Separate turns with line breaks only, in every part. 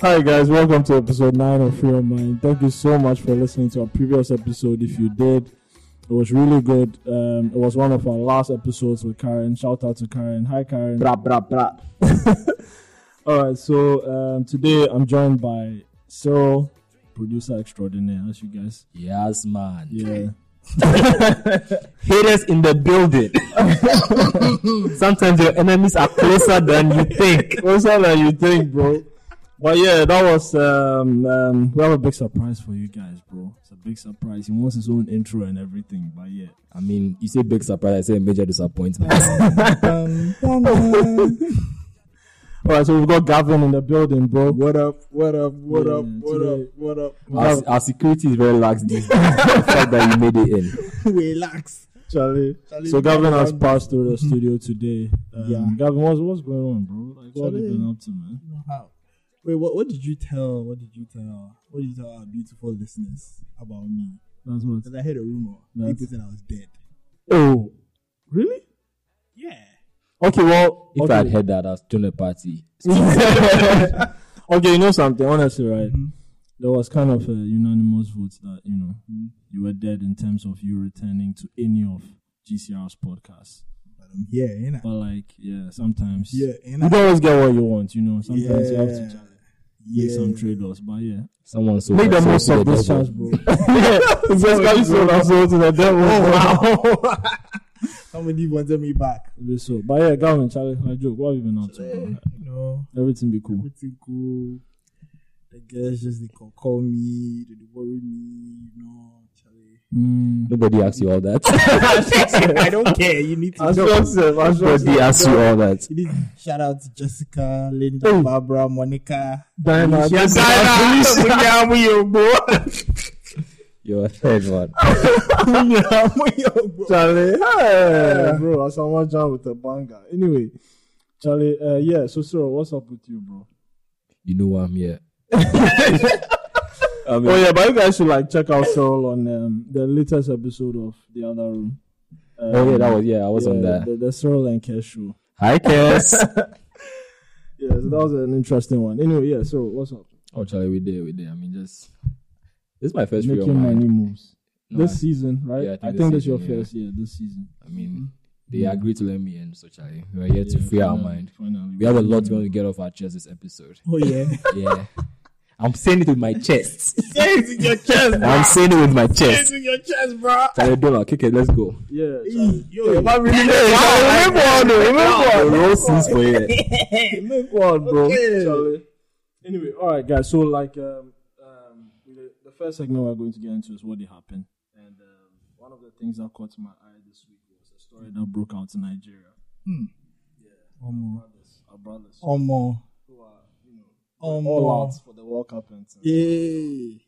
Hi guys, welcome to episode nine of Free Your Mind. Thank you so much for listening to our previous episode. If you did, it was really good. Um, it was one of our last episodes with Karen. Shout out to Karen. Hi Karen.
Bra bra bra.
All right, so um, today I'm joined by Cyril, producer extraordinaire, as you guys.
Yes, man.
Yeah.
Haters in the building. Sometimes your enemies are closer than you think.
What's up that you think, bro? But yeah, that was um, um we have a big surprise for you guys, bro. It's a big surprise. He wants his own intro and everything, but yeah.
I mean, you say big surprise, I say major disappointment.
Alright, so we've got Gavin in the building, bro.
What up? What up? What
Yeah,
up? What
today-
up? What up?
our, our security is very lax these days. the fact that you made it in.
Relax.
Charlie.
Charlie,
So
we
Gavin
got
has
Gavin.
passed through the studio today. Um,
Yeah.
Gavin, what's what's going on, bro? Like, what have you
Charlie.
been up to, man?
How? Wait, what, what did you tell? What did you tell? What did you tell our beautiful listeners about me?
That's what.
Because I heard a rumor.
That's-
People said I was dead.
Oh, really?
Yeah.
Okay, well,
If I had
okay.
heard that, I'd joined a party.
okay, you know something? Honestly, right?
Mm-hmm.
There was kind of a unanimous vote that you know
Mm-hmm.
you were dead in terms of you returning to any of GCR's podcasts.
But I'm here, ain't I?
But like, yeah, sometimes
Yeah, ain't
you
I?
don't always get what you want. You know, sometimes you have
Yeah.
to try- make
Yeah.
some trade-offs. But yeah,
Someone so
Make the most of this chance, bro. yeah, especially so that sold to the devil. Oh, wow.
Somebody wanted me back.
so, but yeah, Gavin, Charlie, I joke. What have you been up to? bro?
You know,
Everything be cool.
everything cool. The girls just they call, call me, they worry me, you know. Charlie.
Mm.
Nobody asks you all that.
I don't care. You need to know.
Nobody asks you all that.
It is- Shout out to Jessica, Linda,
Hey.
Barbara, Monica.
Diana,
Yes,
Your head, man.
Oh,
Charlie, hey, bro, as someone jam with a banger. Anyway, Charlie, uh, yeah. So, sir, what's up with you, bro?
You know why I'm here. I mean,
Oh yeah, but you guys should like check out Cyril on um, the latest episode of the other room. Um,
oh, yeah, that was, yeah, I was on
yeah,
that.
The, the Cyril and Cash show.
Hi, Cass.
Yeah, so that was an interesting one. Anyway, yeah, so what's up?
oh, Charlie, we did, we did. I mean, just. This is my first real
Making
mind.
money moves.
No,
this season, right?
yeah, I
I
think
think,
this
that's your
season, yeah.
first year this season.
I, I mean, they agreed to let me in, so Charlie, we're here to free our mind.
Finally.
We have a lot we want to get off our chest this episode.
Oh yeah.
Yeah. I'm saying it with my chest.
it's in your chest, bro.
I'm saying it with my chest.
It's in your chest, bro.
Charlie Donald, kick it, let's go.
Yeah, Charlie.
Yo, am I really
remember one, remember one. scenes for you.
Make one, bro.
Okay.
Charlie. Anyway, all right, guys. So, like, um, um, the, the first segment we're going to get into is what did happen. And um, one of the things that caught my eye this week was a story that broke out in Nigeria.
Omo,
Our brothers
omo,
who are, you know, all
omo.
out for the World Cup and things.
Yay.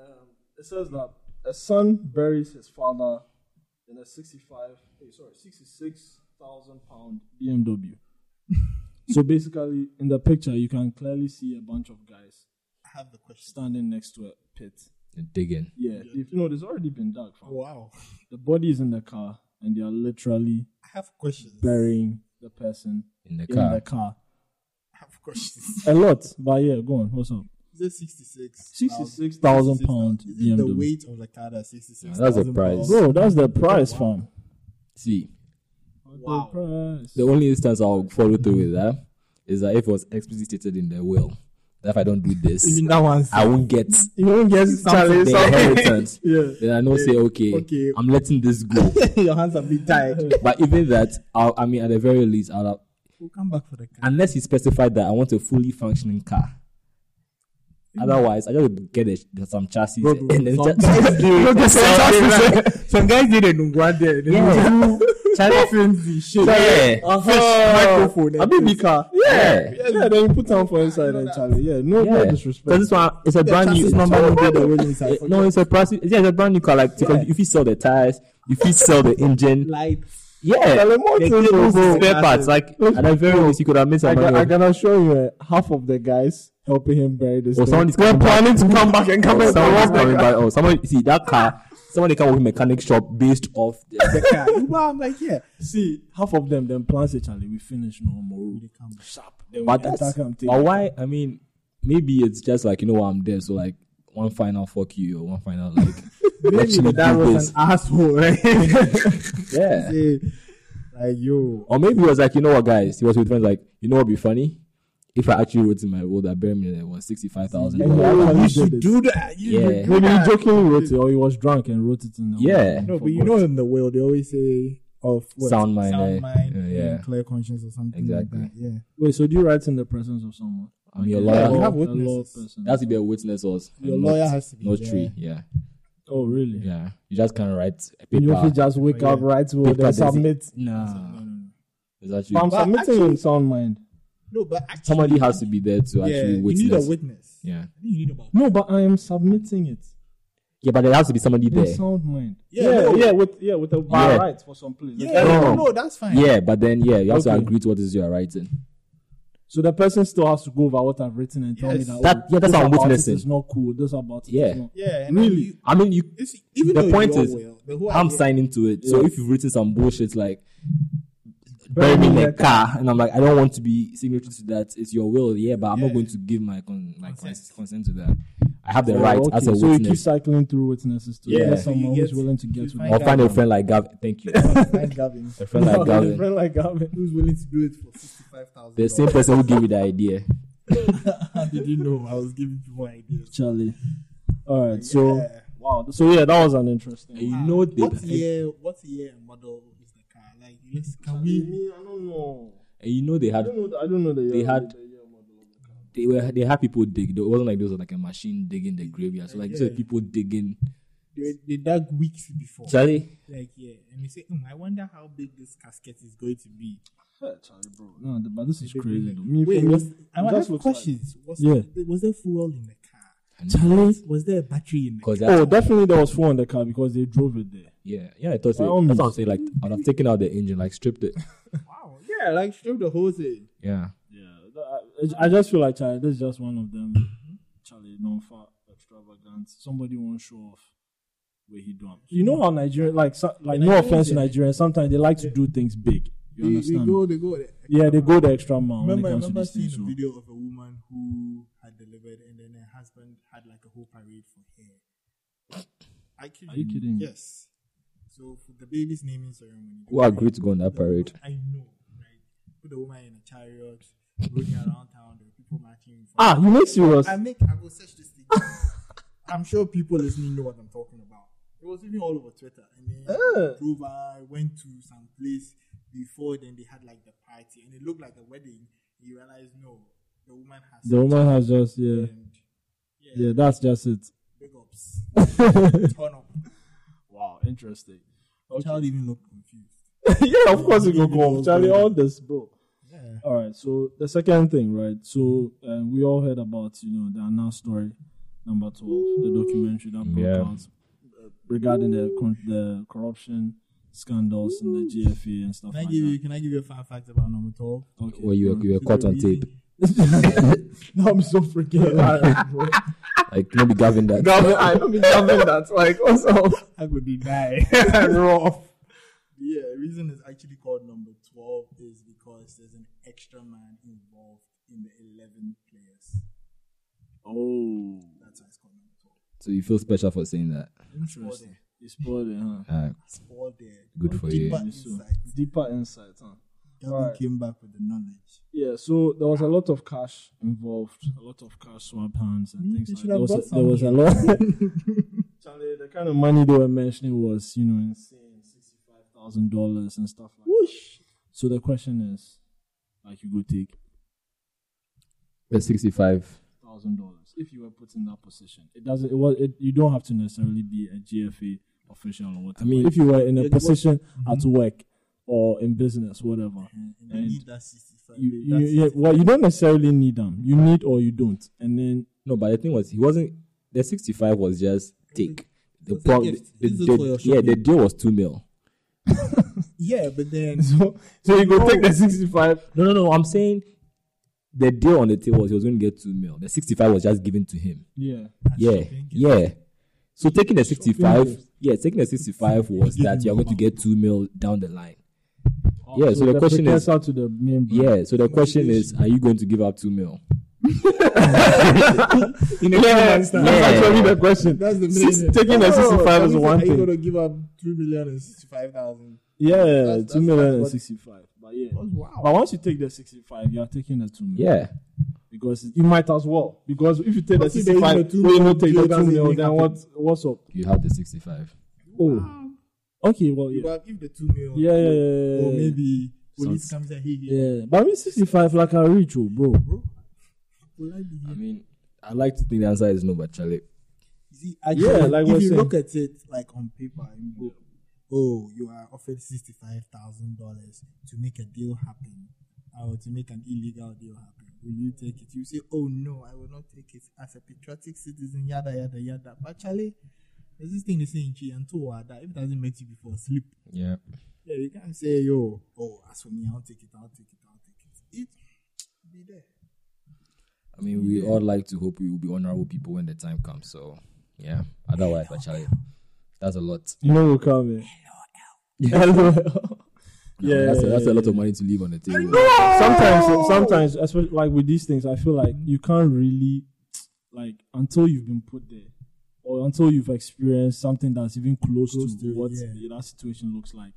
um, it says that a son buries his father in a 65, eh, sorry, 66,000 pound BMW. so basically, in the picture, you can clearly see a bunch of guys
I have the question.
standing next to a pit.
Digging.
Yeah, if, no, there's already been dug. fam.
Oh, Wow.
The body is in the car, and they are literally
I have questions.
burying the person
In the
in the
car.
car.
I have questions.
A lot, but yeah, go on. What's up?
Is it 66?
66,000 pound
Is it the
BMW.
weight of the car that's 66?
That's the price.
Bro, that's the price, fam.
See,
Wow.
The price.
the only instance I'll follow through with that is that if it was explicitly stated in the will that if I don't do this,
Even that one's
I won't get
You don't get
the inheritance.
Yeah.
Then I know say, okay,
Okay.
I'm letting this go.
your hands are bit tied.
But even that, I'll, I mean, at the very least, I'll have
We'll come back for the car.
unless he specified that I want a fully functioning car. Otherwise, I just get a, some chassis and then just
Some guys did a Nungwa there. They
Yeah.
do Reference shit. microphone. eh,
A baby car.
yeah.
Yeah, then you put down for inside and Charlie. Yeah, no, no
Yeah.
disrespect.
this one it's a brand new.
chassis number will be the one inside,
Eh, no, it's a price. Yeah, it's a brand new car. Like because if you sell the tires, if you sell the engine,
Lights.
yeah,
Tell him what
they
to
give
do,
you
bro.
spare parts. Like at the very least, you could have made
I
some
can,
money.
I
off-
can assure you, uh, half of the guys helping him bury this.
Or
thing.
someone is coming back.
to come back and come
Or someone is
back.
coming back. Or someone see that car. Somebody can work in mechanic shop based off. The,
The car. Well, I'm like, yeah.
See, half of them then plans it, Charlie. We finish no more. Sharp. Then
But
we
that's
attack him.
but why? I mean, maybe it's just like you know I'm there, so like one final fuck you or one final like
Maybe
watch me
that
do
was
this.
an asshole, right?
yeah.
Say, like yo,
Or maybe he was like, you know what, guys? He was with friends like, you know what would be funny? If I actually wrote in my will that buried me there was 65,000.
Yeah.
Yeah.
actually
you
did
should
it.
do that. You
Yeah.
should do
Maybe he
that.
jokingly wrote it, or he was drunk and wrote it in. the-
No, but you know, in the world, they always say of what?
Sound mind, eh?
sound mind,
Yeah,
and
yeah.
clear conscience, or something
Exactly.
like that. Yeah,
Wait, so do you write in the presence of someone?
I'm your
Okay.
lawyer.
Yeah, you
You have
have
witnesses.
person.
That's to be a witness was.
your
and
lawyer
not-
has to be
Not
there.
tree, yeah.
oh, really?
Yeah. You just can't write a
And you
paper.
can just wake
Oh,
up,
yeah.
right? Well,
Paper
then
does it.
submit.
Nah.
Mm.
It's
But I'm
actually,
submitting
actually-
in sound mind.
No, but actually,
somebody has to be there to
yeah,
actually
you
witness.
need a witness.
yeah.
I think you need about.
No, but I am submitting it
Yeah, but there has to be somebody
in
there.
sound mind.
Yeah,
yeah,
no.
yeah, with yeah with a bar
Yeah.
right for some place.
Yeah,
No.
no, that's fine.
Yeah, but then, yeah, you have to
Okay.
agree to what is your writing.
So the person still has to go over what I've written and tell me
Yes.
that.
That-
oh,
yeah, that's
this
what I'm
about it
witnessing.
is not cool. This about it. is
Yeah.
not-
yeah. and
Really?
you-
I mean, you,
It's, even
The
though
point
you're
is,
well, the whole
I'm
idea-
signing to it. So
Yeah.
if you've written some bullshit like bury me in a car, and I'm like, I don't want to be signatory to that. It's your will, yeah, but I'm
Yeah.
not going to give my con- my consent.
Consent.
consent to that. I have the
Oh,
right
okay.
as a
so you keep
witness.
cycling through witnesses to
Yeah.
get
So you
someone who's
get-
willing to get
you
to
find
Or
that.
find a friend like Gav. Thank you. a
Thank Gavin.
friend like
a
Gavin.
friend like Gavin.
Who's willing to do it for sixty-five thousand?
The same person who gave you the idea.
Did you know I was giving people ideas?
Charlie. All right. So
Yeah.
wow. So yeah, that was an interesting.
You
one.
know they-
what year? What year and model is the car? Like, let's can we?
Me, I don't know.
And you know they
I
had
don't know. The, I don't know the year.
They had-
the year model of the car.
they were they had people dig. It wasn't like those were like a machine digging the graveyard. So like these
Yeah.
were people digging.
They, they dug weeks before.
Charlie,
Like, yeah, and they say, "Hmm, I wonder how big this casket is going to be.
Yeah, Charlie, bro. No, the- but this is
They-
crazy.
they-
Though. Me,
Wait,
for me,
was, I
it
want to
just looks
ask
like-
questions. Was,
Yeah.
was there fuel in the car?
Charlie.
Was there a battery in the car?
because
Oh, definitely there was four on the car because they drove it there.
yeah, yeah. I thought
By
so.
all
that's what I'm
means.
saying. Like I'd have taken out the engine, like stripped it.
Wow, yeah, like strip the whole thing.
Yeah.
Yeah, th- I, I just feel like Charlie, this is just one of them. Charlie, non fat extravagant. Somebody won't show off where he don't. You know how Nigerian, like, so, like no
Nigerians,
offense to
yeah.
Nigerians, sometimes they like to do things big. You
They, they
understand?
go, they go. There.
yeah, they go the extra mile
Remember, I
when it comes to
remember seeing
these things.
a
so-
video of a woman who had delivered, and then her husband had like a whole parade for her. I kid
Are you kidding me?
Yes. So for the baby's naming ceremony.
Who agreed to go on that
the woman-
parade?
I know, right? Put the woman in a chariot, going around town. There were people marching. for-
Ah, you make serious?
I make. I will search this thing. I'm sure people listening know what I'm talking about. It was even all over Twitter. And then
Eh.
drove. I went to some place before. Then they had like the party, and it looked like a wedding. You realize, no, the woman has
The woman has just, yeah,
and yeah,
yeah, that's just it.
big ups, turn up.
Wow, interesting.
Child even looked confused.
yeah, of course it will go off. Charlie, all this, bro.
Yeah.
All right. So the second thing, right? So uh, we all heard about you know the announced story number twelve, the documentary that broke
Yeah.
out uh, regarding the con- the corruption scandals in the GFA and stuff
Can I
like
give you?
that.
Can I give you a fun fact about number twelve?
Okay.
Well, you were, you were caught on tape.
no, I'm so freaking embarrassed, bro.
Like, maybe Gavin that.
Gavin, I don't mean Gavin. That's like what's up?
I could deny.
Rough.
Yeah, the reason it's actually called number 12 is because there's an extra man involved in the 11 players.
Oh,
That's why it's called number 12.
So you feel special for saying that.
interesting. It's spoiling, huh?
Uh,
It's all there.
good for you.
Deeper
So,
insight.
Deeper insight, huh?
Gavin
Alright.
came back with the knowledge.
Yeah, so there was a lot of cash involved, a lot of cash swap hands and
You
things
should
like that. There
have
was, a, there
brought
was a lot. Charlie, the kind of money they were mentioning was, you know, insane, sixty-five thousand dollars and stuff like. that.
Whoosh!
So the question is, like, you go take
At 65.
thousand dollars if you were put in that position. It doesn't. It was. It, you don't have to necessarily be a GFA official or whatever. I
mean-
mean, if you Mm-hmm. were in
Yeah,
a
you was-
position at work or in business, whatever.
And you
And
need that 65.
You,
that
you, yeah,
65.
well, you don't necessarily need them. You need or you don't, and then
No, but the thing was, he wasn't. The 65 was just take. The
It's a
problem.
gift.
The,
Use it
the-
for your
yeah, the
shopping.
deal was 2 mil.
Yeah, but then.
So, so you go take the 65.
Oh. No, no, no. I'm saying the deal on the table was he was going to get 2 mil. The 65 was just given to him.
Yeah.
Yeah.
shopping gift.
Yeah. So taking the 65.
gift.
Yeah, taking the 65 was
Give
that
him
you're going to
amount.
get 2 mil down the line. Yeah, Oh, so the question is-
out to the main brand.
Yeah. So the question is, are you going to give up 2 mil?
In a few months' time.
That's actually the question.
That's the
Six-
million.
taking
Oh,
the 65 is one
Are you
thing.
gonna give up three million and sixty-five thousand?
Yeah,
That's-
two
that's-
million
that's
and
what-
sixty-five. But yeah,
Wow.
but once you take the sixty-five, you are taking the two million.
Yeah.
because you might as well. Because if you take the
What if there is no
sixty-five,
two
we
million
will take the
deal
two
doesn't
million.
make
Then
happen?
what? What's up?
You have the 65.
Oh, okay. Well,
You
yeah,
have if the two million.
yeah, yeah, yeah.
Or
yeah, yeah.
maybe police
Sounds-
comes and hey, hey,
Yeah, but I mean, 65 like a ritual, bro.
bro. Will I be
I
here?
mean, I like to think the answer is no, but Charlie.
You See, actually,
Yeah, like we're
if you
saying.
look at it like on paper and you go, oh, you are offered sixty-five thousand dollars to make a deal happen, or to make an illegal deal happen, will you take it? You say, oh no, I will not take it as a patriotic citizen. Yada yada yada. But Charlie, there's this thing they say in Chi and that if it doesn't make you before sleep,
Yeah.
yeah, you can't say yo, oh, as for me, I'll take it, I'll take it, I'll take it. It be there.
I mean, we all like to hope we will be honorable people when the time comes. So, yeah. Otherwise, but Charlie, that's a lot.
You know we'll come in. LOL.
Yeah,
Yeah,
that's, a,
yeah,
that's
yeah,
a lot of money to leave on the table.
sometimes, sometimes, especially like with these things, I feel like you can't really, like, until you've been put there or until you've experienced something that's even close,
Close
to,
to it,
what
yeah.
the- that situation looks like,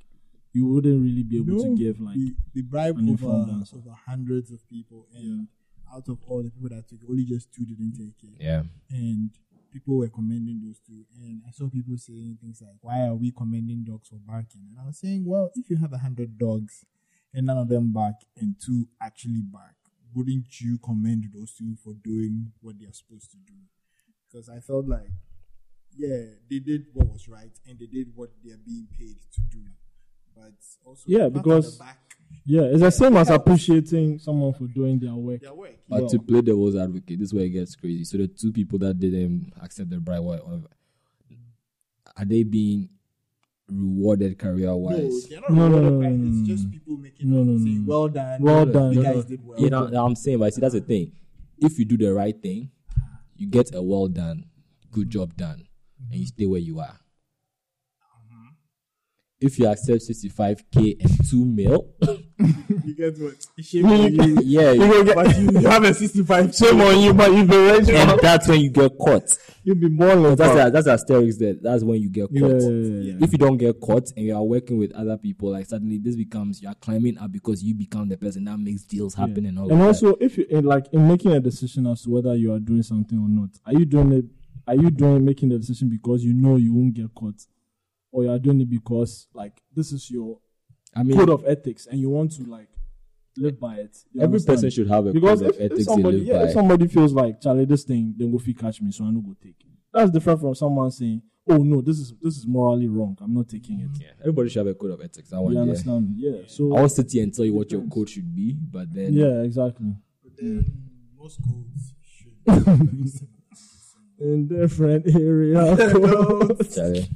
you wouldn't really be able to
No,
give, like,
the, the bribe
an
over,
informed answer.
over hundreds of people, and out of all the people that took, it, only just two didn't take it,
Yeah.
and people were commending those two. And I saw people saying things like, "Why are we commending dogs for barking?" And I was saying, "Well, if you have a hundred dogs, and none of them bark, and two actually bark, wouldn't you commend those two for doing what they are supposed to do?" Because I felt like yeah, they did what was right and they did what they are being paid to do. But also,
Yeah,
pat on the
because-
back,
yeah, it's the same as appreciating someone for doing their work.
their work.
But
Well-
to play devil's advocate, this is where it gets crazy. So the two people that didn't accept the bribe, were- or- are they being rewarded career
No,
wise?
they're not
No, no,
rewarded
no,
by it. It's
no,
just people making
No,
noise
no,
and saying,
no.
"Well done,
Well
you
done.
guys did well."
you know, I'm saying, but see, that's the thing. If you do the right thing, you get a well done, good job done, and you stay where you are.
Mm-hmm.
If you accept 65k and two mil,
you get what? It's shame on you,
yeah,
but you have a 65.
Shame on you, but you've been raised
and that's when you get caught.
You'll be more like
That's a, that's asterisk there. That's when you get
yeah,
caught.
yeah, yeah,
if you don't get caught and you are working with other people, like suddenly this becomes you are climbing up because you become the person that makes deals happen and all.
and
of
also if you in, like in making a decision as to whether you are doing something or not are you doing it are you doing making the decision because you know you won't get caught or you are doing it because like this is your
that. I mean,
code of ethics and you want to like live by it You
every
understand?
person should have a
because
code
if,
of
if
ethics they
somebody
live
yeah, if
by.
somebody feels like charlie this thing then go fee catch me so i no go take it that's different from someone saying oh no this is this is morally wrong i'm not taking it
Yeah, everybody should have a code of ethics. That one,
you
yeah.
understand me? yeah so
I will sit here and tell you what your code should be, but then
yeah exactly
But then most codes should be very similar.
in different area codes.
Charlie,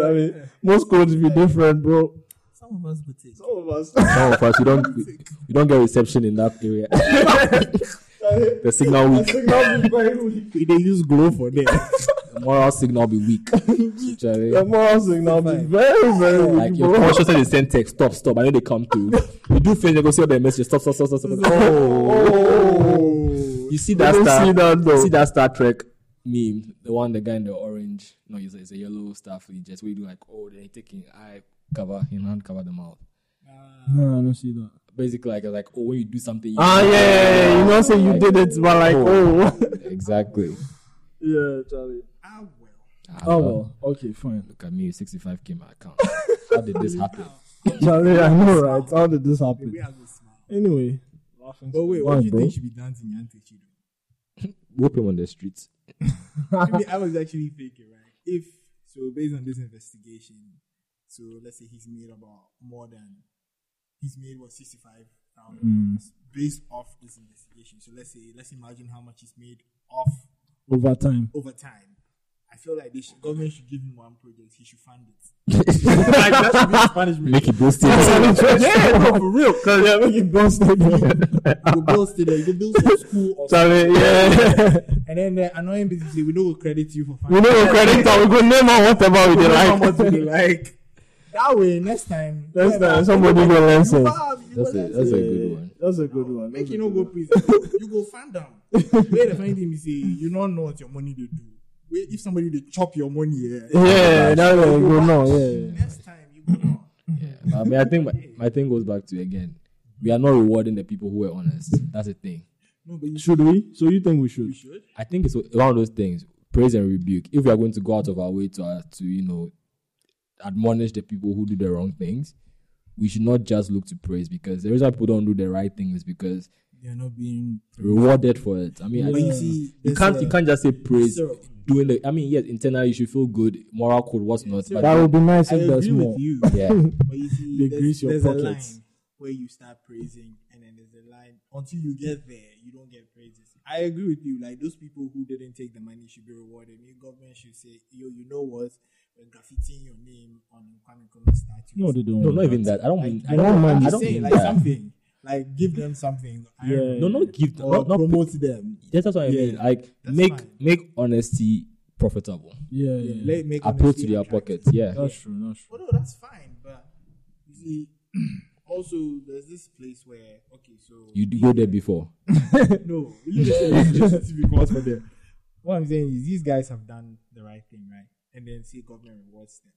I mean, most codes be different, bro.
Some of us would take.
Some of us.
some of us we don't we, we don't get reception in that area. the signal weak,
We they use glow for that.
the moral signal be weak. So, Charlie,
The moral signal be very, very weak,
like your
bro.
conscious they send text, stop, stop. I know they come through. You do things, they go see all the messages, stop, stop, stop, stop, stop. Oh.
Oh.
You see
I
that
don't
star?
see that, though.
see that Star Trek meme? The one, the guy in the orange. No, it's a, it's a yellow star fleet jet. We do like, oh, they're taking eye cover, you know, hand cover the mouth.
No, I don't see that.
Basically, like, like oh, when you do something, you
Ah, yeah, yeah, yeah. You know, say you did it, but like, oh.
exactly.
yeah, Charlie.
Ah well.
Uh-huh.
Oh, well. Okay, fine.
Look at me, 65k my account. How did this happen?
Charlie, I know, right? How did this
We
happen?
are going to smile.
Anyway.
But wait, what
Why,
do you
bro?
think should be done to Nyantechi though?
Whoop him on the streets.
I, mean, I was actually thinking, right? If so, based on this investigation, so let's say he's made about more than he's made what sixty five thousand based off this investigation. So let's say let's imagine how much he's made off
Over time.
over time. I feel like the government should give him one project. He should fund it.
Make it boosted.
yeah, for real. Cause yeah, making ghost
Go build stadium. Go build some school. Or
Charlie, yeah.
and then the annoying bit is we don't credit you for
we
funding.
know we credit, we go name out whatever we
We
dey
know how
like.
much we like. That way, next time.
Next
whoever-
time, somebody go learn
You
sense.
fab, you
That's
go
a
learn
that's a
Yeah,
good one.
That's a good one.
Make
That's
you
a
no
good
go
one.
prison. you go find down. Where the funny thing be say you don't know what your money they do. Where if somebody they chop your money, yeah.
Yeah, that's a good
oh,
one. Yeah, yeah.
Next time you go. on.
Yeah, but I mean, I think my, my thing goes back to again, we are not rewarding the people who were honest. That's the thing.
No, but you
Should we? So you think we should?
should.
I think it's one of those things, praise and rebuke. If we are going to go out of our way to uh, to you know admonish the people who do the wrong things, we should not just look to praise because the reason why people don't do the right thing is because
They're not being.
rewarded for it. I mean, I
But
think
you see, uh,
you
there's
can't
a-
you can't just say praise.
Syrup.
Doing the, I mean, yes, internally you should feel good, moral code, what's not, but
That would be nice
I
if there's
agree
more.
with you.
yeah,
But you see,
They
there's,
grease your
there's
pockets.
a line where you start praising, and then there's a line until you get there, you don't get praises. I agree with you. Like those people who didn't take the money should be rewarded. New government should say, "Yo, you know what? We're graffiting your name on Kwame Nkrumah statue."
No, they don't.
no, not even that. I don't
Like,
mean,
they
I don't,
don't mind
I
I'm
don't
saying
mean
like
that.
something. Like give them something. I don't
Yeah.
know.
No, not give,
Or
not, not
promote them.
That's what I
Yeah,
mean. Like
that's
make
fine.
make honesty profitable.
Yeah,
Yeah,
yeah.
let- make
Appeal
honesty
to their
attractive.
pockets. Yeah.
That's true. That's true.
Well, no, that's fine, but you see, also there's this place where okay, so
You do go there before.
no, you know, just because for them. What I'm saying is these guys have done the right thing, right? And then see government rewards them.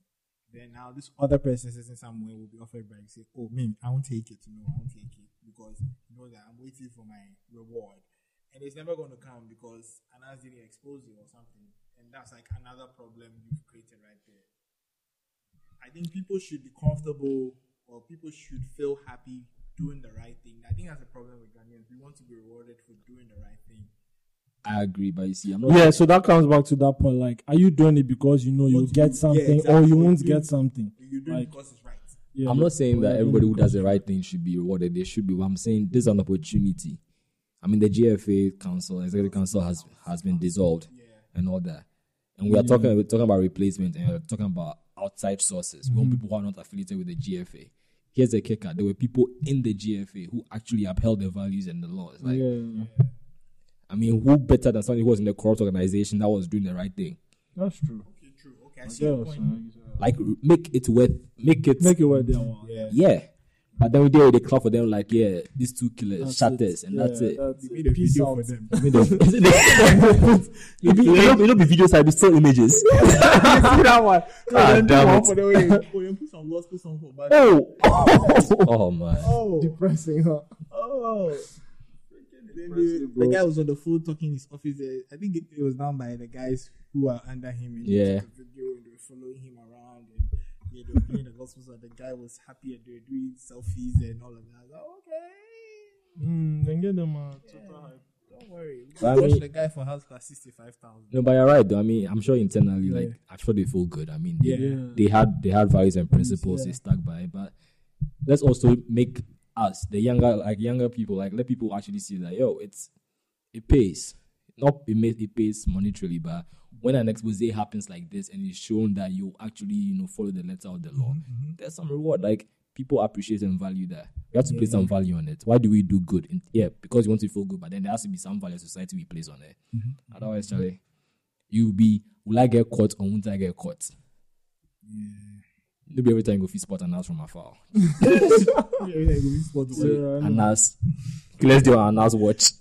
Then now this other person sitting somewhere will be offered by say, Oh me, I won't take it. No, I won't take it because you know that I'm waiting for my reward. And it's never gonna come because Anas didn't expose you or something. And that's like another problem you've created right there. I think people should be comfortable or people should feel happy doing the right thing. I think that's a problem with Ghanaians. We want to be rewarded for doing the right thing.
I agree, but you see, I'm not
Yeah, so that comes back to that point. Like, are you doing it because you know you'll
What you-
get something
yeah,
or
exactly.
you
What
won't
you-
get something?
You do
Like-
it because it's right.
Yeah,
I'm not saying
Or
that
you're
everybody
doing
who does the right thing should be rewarded. They should be. But I'm saying this is an opportunity. I mean, the GFA Council, Executive Council has has been dissolved and all that. And we are talking we're talking about replacement and we're talking about outside sources. We want people who are not affiliated with the GFA. Here's the kicker: there were people in the GFA who actually upheld the values and the laws. Like,
yeah,
I mean, who better than somebody who was in a corrupt organization that was doing the right thing?
that's true.
Okay, true. Okay, I see your
Yes,
point.
Like, r- make it worth, make it,
Make it worth their while.
Yeah.
yeah. But then we did the club for them, like, yeah, these two killers,
That's
shut
it.
this, and
Yeah,
that's it.
That's
Made a
it. Peace
video
out.
for them.
I mean, the- It'll be- it'll not- it'll be video side, it's still images. Ah, damn it.
oh, you put some gospel song for back.
Oh, oh man.
Oh,
Depressing, huh?
oh. Then the, the guy was on the phone talking in his office. There. I think it, it was done by the guys who are under him. And
Yeah.
They took the video and they were following him around. And you know, playing the gospel song. The guy was happy and they were doing selfies and all of that. I was like, okay.
Mm, then get them uh, Twitter hype.
Don't worry.
But I
Watch
mean-
the guy for house class 65,000.
No, but you're right. Though. I mean, I'm sure internally, like, I'm sure they feel good. I mean, they,
Yeah.
they had they had values and principles they stuck by. But let's also make us the younger, like younger people, like let people actually see that yo, it's it pays. Not it may, it pays monetarily, but when an expose happens like this and it's shown that you actually you know follow the letter of the law, there's some reward. Like people appreciate and value that. We have to place some value on it. Why do we do good? And yeah, because you want to feel good, but then there has to be some value society we place on it. Otherwise, Charlie, you'll be will I get caught or won't I get caught? Maybe every time you go fit spot and ask from afar.
Yeah, I know.
And ask let's do an ask watch.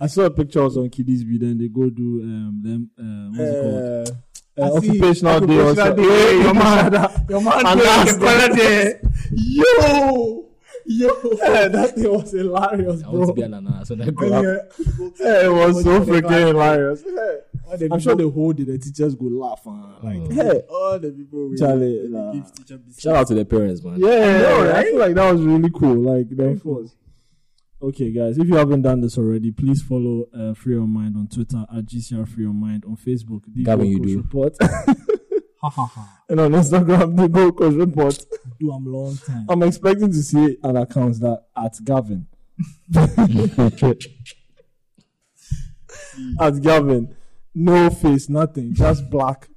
I saw a picture was on Kiddies B. Then they go do um them uh, what's it called?
Eh, I
Uh,
see.
occupational day. or
Occupational
something.
day.
Hey, your man,
Your
And
man played
that's
the
correct,
correct Yo, yo,
that thing was hilarious,
I want to
bro.
be an ananas when I grow up.
Yeah.
Hey, Eh, it was so
All the
freaking hilarious. Hey,
people-
I'm sure the whole day the teachers go laugh. huh? Like,
Oh.
hey,
all the people we
Charlie,
we
nah.
give teacher biscuits.
Shout out to the parents, man.
Yeah, I feel like that was really cool. Like the was. Okay, guys, if you haven't done this already, please follow uh, Free Your Mind on Twitter at GCR Free Your Mind on Facebook. The
Gavin,
Gold
you
Coast
do.
report
Ha ha ha.
and on Instagram the Gold Coast report.
Do I'm long time.
I'm expecting to see an account that at Gavin at Gavin, no face, nothing, just black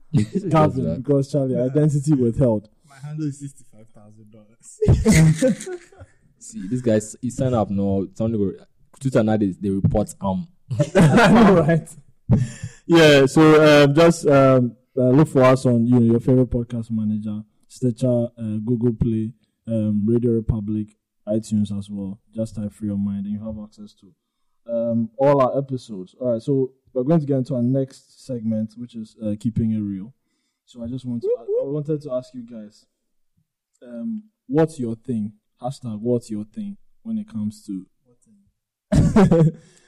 Gavin
black.
because Charlie identity withheld.
My handle is sixty-five thousand dollars.
See, this guy he signed up no something go Twitter now they, they report um
All right. Yeah, so um, just um, uh, look for us on you know, your favorite podcast manager. Stitcher, uh, Google Play, um, Radio Republic, iTunes as well. Just type Free Your Mind and you have access to um, all our episodes. All right, so we're going to get into our next segment, which is uh, Keeping It Real. So I just want to, I, I wanted to ask you guys, um, what's your thing? Hashtag what's your thing when it comes to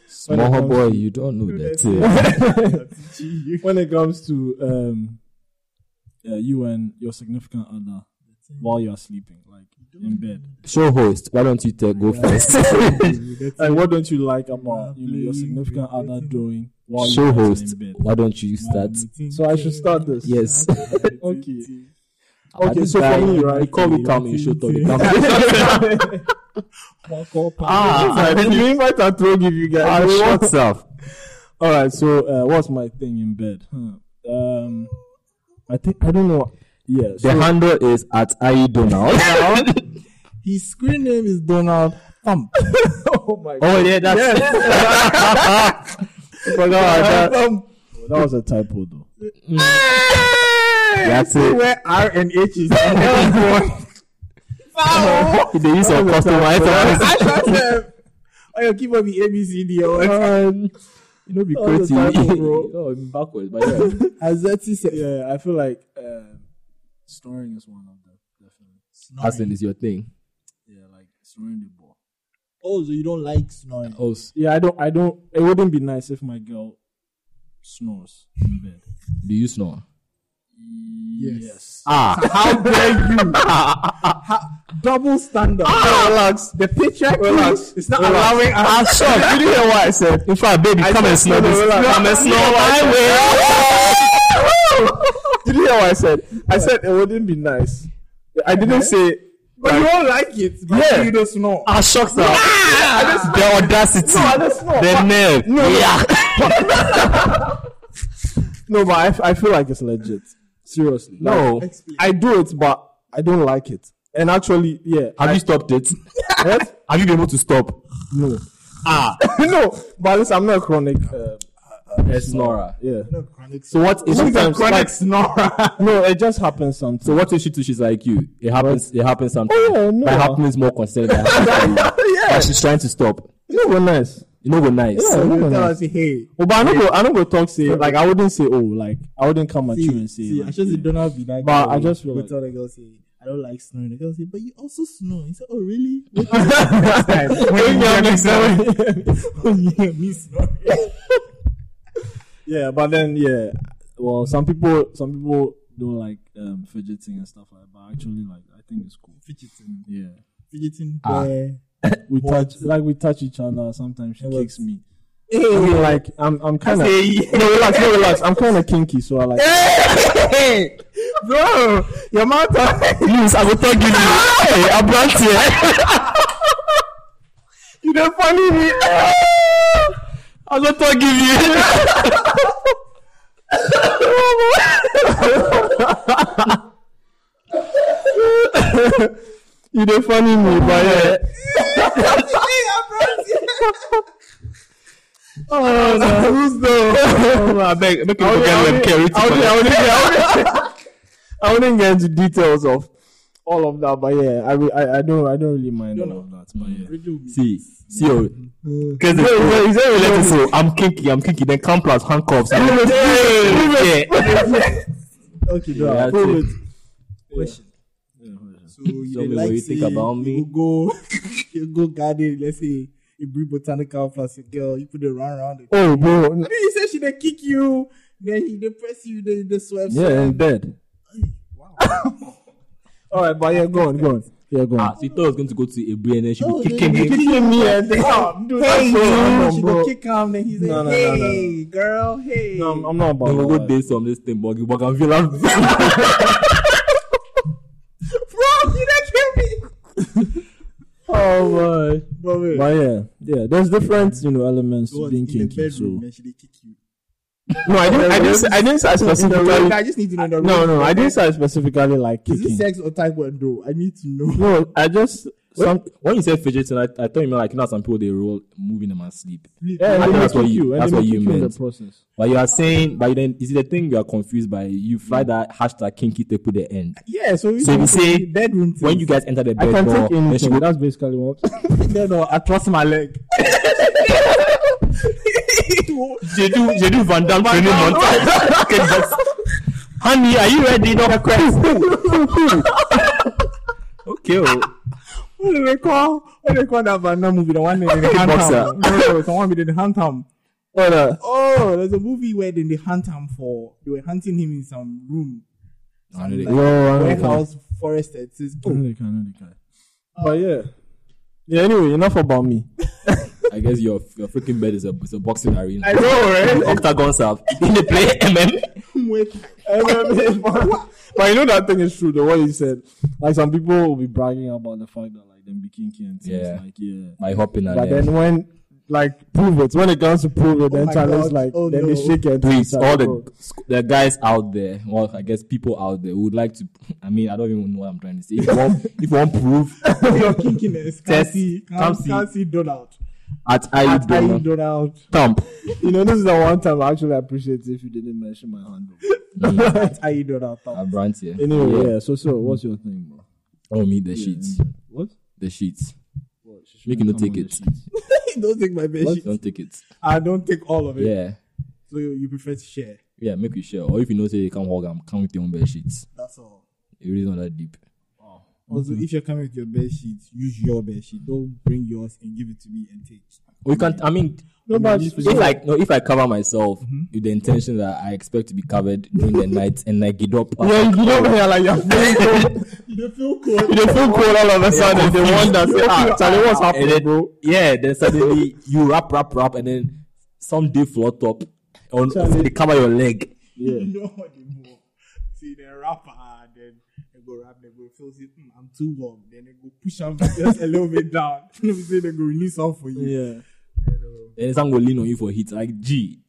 Small
comes
boy,
to-
you don't know that.
when it comes to um, uh, you and your significant other while you are sleeping, like in bed.
Show host, why don't you take go first?
Like, what don't you like
Yeah,
about you know, your
playing,
significant
playing.
other doing while you
Show
guys are
host,
in bed?
why don't you start?
So I should start this.
Yes.
Okay. oh
But
Okay,
this
so
guy,
for me, right?
he call me calm in show talk. He calm me-
ah, then you invite and throw give you guys.
What's Ah, up?
All right. So uh, what's my thing in bed? Huh. Um, I think I don't know. Yeah.
The
so-
handle is at Ayi Donald.
His screen name is Donald Thump.
oh my
Oh yeah, that's Forgot about that.
God, Uh, that was a typo though.
That's it.
R and H is.
They use a customizer.
Oh, your keyboard be A B C D or
Uh-huh.
what?
You know, be
That was a typo, bro.
Oh, I'm backwards, but yeah.
Azati said.
Yeah, I feel like um, snoring is one of them. Definitely.
As in, is your thing.
Yeah, like snoring the ball.
Oh, so you don't like snoring?
Oh,
Yeah, I don't. I don't. It wouldn't be nice if my girl snores in bed.
do you snore?
Yes.
Ah,
How dare you? Ha- double standard.
relax.
The picture relax. It's not allowing.
I'm shocked. You didn't hear what I said. In fact, baby, come and snore this. Come and snore my way.
Did you hear what I said? I said
It wouldn't be nice.
I didn't say
But you don't like it. But
Yeah.
you Ah, don't snore.
I'm shocked. sir. The audacity. The nerve. Yeah.
No, but I, f- I feel like it's legit. Seriously.
no. I do it, but
I don't like it. And actually, yeah.
Have you stopped it?
What?
Have you been able to stop?
No.
Ah,
no. But listen, I'm not a chronic. Uh,
a snorer.
yeah.
So what is sometimes like,
No, it just happens sometimes.
so what if she too? She's like you. It happens. It happens sometimes.
Oh, yeah, no.
But happening is more concerned. Than happening for you. But she's trying to stop.
You know, we're nice.
You know we're nice.
Yeah, we were
Tell
nice.
us, hey.
Oh, but I don't go. I don't go talk. Say like I wouldn't say. Oh, like I wouldn't come at you and say.
see, I
like,
just
yeah.
don't have be that
But
guy
I just
who
feel like-
tell oh, the girl say I don't like snoring. The girl say, but you also snore. He said, oh really? oh yeah, me snoring.
Yeah, but then yeah. Well, some people some people don't like um, fidgeting and stuff like. that, But actually, like I think it's cool.
Fidgeting,
Yeah.
fidgeting.
Ah.
where-
we
What?
touch like we touch each other. Sometimes she
What?
kicks me. I mean, like I'm I'm kind of no relax no relax. I'm kind of kinky, so I like
bro, your mouth.
Please, I will tell you. Hey, I'm not here.
you don't funny me.
I'm not talking you.
you don't funny me, but yeah. Oh, no. Who's
Oh,
the?
I beg, make him
I wouldn't- I
forget
wouldn't-
carry
Oh, I wouldn't- I
to
wouldn't get- I wouldn't get into details of all of that, but yeah, I re- I, I don't I don't really mind all of that, but yeah.
Uh,
See, see, oh,
Because
is that related to I'm kinky, I'm kinky, then come plus handcuffs. I'm like, yeah.
Okay,
Yeah,
yeah,
that's it.
question. So you
Tell
dey
me
like
what you think
say
about
you
me.
Go, you go garden. Let's say you bring botanical flowers. Your girl, you put it round round. it.
Oh, bro.
Then you say she they kick you. Then he they press you. Then you they swipe.
Yeah, in bed.
Wow.
All right, but yeah, go on, go on. Yeah, go
Ah,
on.
so you thought I was going to go to a and then she
Oh,
be
then
kicking
you
me.
Kicking me and then-
hey,
so
you.
random,
She
bro.
go kick him. Then he's like,
No, no, no, no, no.
hey, girl, hey.
No, I'm- I'm not about
Then we'll go
that.
date some this thing, Boggy Bougainvillea.
bro, you don't kill me.
Oh my.
Bro, wait.
But yeah, yeah, there's different you know elements
So
to
what,
being
in the
kinky.
bedroom,
So
then she they kick you.
no, I didn't,
I didn't, say- I didn't say I
Like,
specifically.
I just need to know the
no,
rules.
no, I didn't say specifically like
Is it
kicking.
sex or taekwondo? I need to know.
No, I just
Some, when you said fidgeting, I, I thought you meant like you know how some people they roll moving them and sleep.
Yeah, and they
that's
may
what
kick
you-
and
that's
they
what
may
you
kick in
meant.
The process.
But you are saying, but then is it the thing you are confused by? You fly that hashtag kinky tape to the end.
Yeah, so, we
So you
can
say
do bedroom thing.
When you guys enter the
I can
bedroom,
take
then she
anything.
would
That's basically what.
no, no, I trust my leg.
J'ai dû, j'ai dû Van Damme traîner mon temps. Honey, are you ready? No request. okay. Oh.
What do they call? What do they call that Van Damme movie? The one in the hand
Boxer.
ham. No, no, someone with the hand ham.
Hold on.
Oh, there's a movie where they, they hunt him for. They were hunting him in some room,
I know
some
they-
like,
Yo,
Oh,
I know
warehouse, forest. It says, oh,
Another guy, another guy.
But yeah. Yeah, anyway, enough about me.
I guess your your freaking bed is a is a boxing arena.
know, right?
Octagons up. In the play MM.
wait,
but you know that thing is true, the way you said.
Like some people will be bragging about the fact that like them be kinky and things.
Yeah.
Like yeah.
By hopping and
But then when, like, prove it, when it comes to prove it, then
my
Charlie's
God.
like,
Oh,
then
no.
they shake it.
Please,
Charlie,
all the
bro.
the guys out there, well, I guess people out there who would like to. I mean, I don't even know what I'm trying to say. If you want, if you want proof,
your kinkiness. Can't
Test.
see,
Can't
can't,
see.
can't see Donald.
at
At I
Ayudoma,
Donald.
thump.
You know, this is the one time I
Actually, I appreciate if you didn't mention my handle.
At I Donald.
I brand here.
Anyway, yeah. So, so what's your thing, bro? uh,
Oh, me the
Mm.
sheets,
What?
the sheets.
What, she
Make
shouldn't
you
come
no take
on
it.
this shit.
don't take my best.
Don't take it.
I don't take all of it.
Yeah.
So you, you prefer to share.
Yeah, make you share. Or if you know say you come hug am, come with your own bed sheets.
That's all.
It really not that deep.
Also, if you're coming with your bed sheet, use your bed sheet. Don't bring yours and give it to me and take.
We can't I mean
No, but
if like no if I cover myself
Mm-hmm.
with the intention that I expect to be covered during the night and I get up
Yeah, you
Oh.
know when you're like you're feeling cold,
you don't feel cold.
you don't feel cold all of a sudden. They wonder, say, ah, Charlie, what's
and
happening,
then,
bro?
Yeah, then suddenly you wrap, wrap, wrap and then some day float up on they cover your leg.
Yeah.
Nobody more. See, the rapper, then they go rap, they go feel, say, mm, I'm too warm. Then they go push them just a little bit down. Let me say they go release some for you.
Yeah.
Then some will lean on you for heat. Like gee.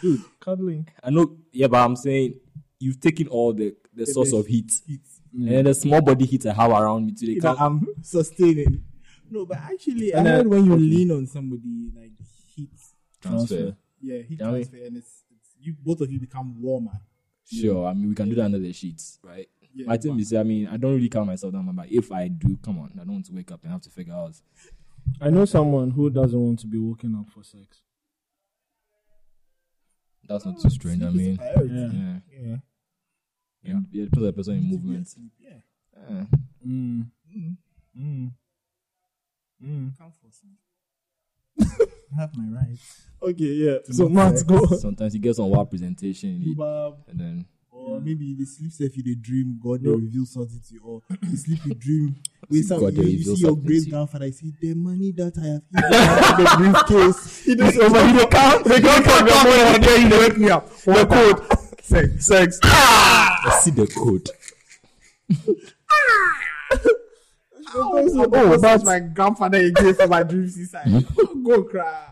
Dude, cuddling.
I know yeah, but I'm saying you've taken all the the source of heat.
It's,
Mm.
And then the small body heat I have around me today.
you know, I'm sustaining. No, but actually, I
And, uh,
heard when you lean on somebody, like heat,
transfer.
yeah, heat
Yeah, I mean-
transfer, and it's, it's you both of you become warmer.
Sure, I mean we can do that under the sheets, right?
Yeah,
My team is, I mean, I don't really count myself down, but if I do, come on, I don't want to wake up and have to figure out.
I know someone who doesn't want to be woken up for sex.
That's not too strange. I mean,
Priority.
Yeah.
yeah,
Yeah.
yeah, yeah it depends on the person in movement. Eh,
Yeah.
Yeah.
Mm.
Mm.
Mm. Mm.
Can't force me. I have my rights.
Okay, yeah. So Matt, go.
Sometimes you get some wild presentation, you-
Bob.
and then
Or maybe they sleep if you they dream, God they reveal something to you. Or you sleep you dream. Wait, some,
God,
you,
they
you
reveal
see your
something to
great
you.
grandfather, I see the money that I have hidden in the briefcase. He
It's over. They can't, they can't come the morning again. You wake me up. The code. Sex. Sex.
I see the code.
oh, oh, that's my grandfather he gave for my dreams inside. Go cry.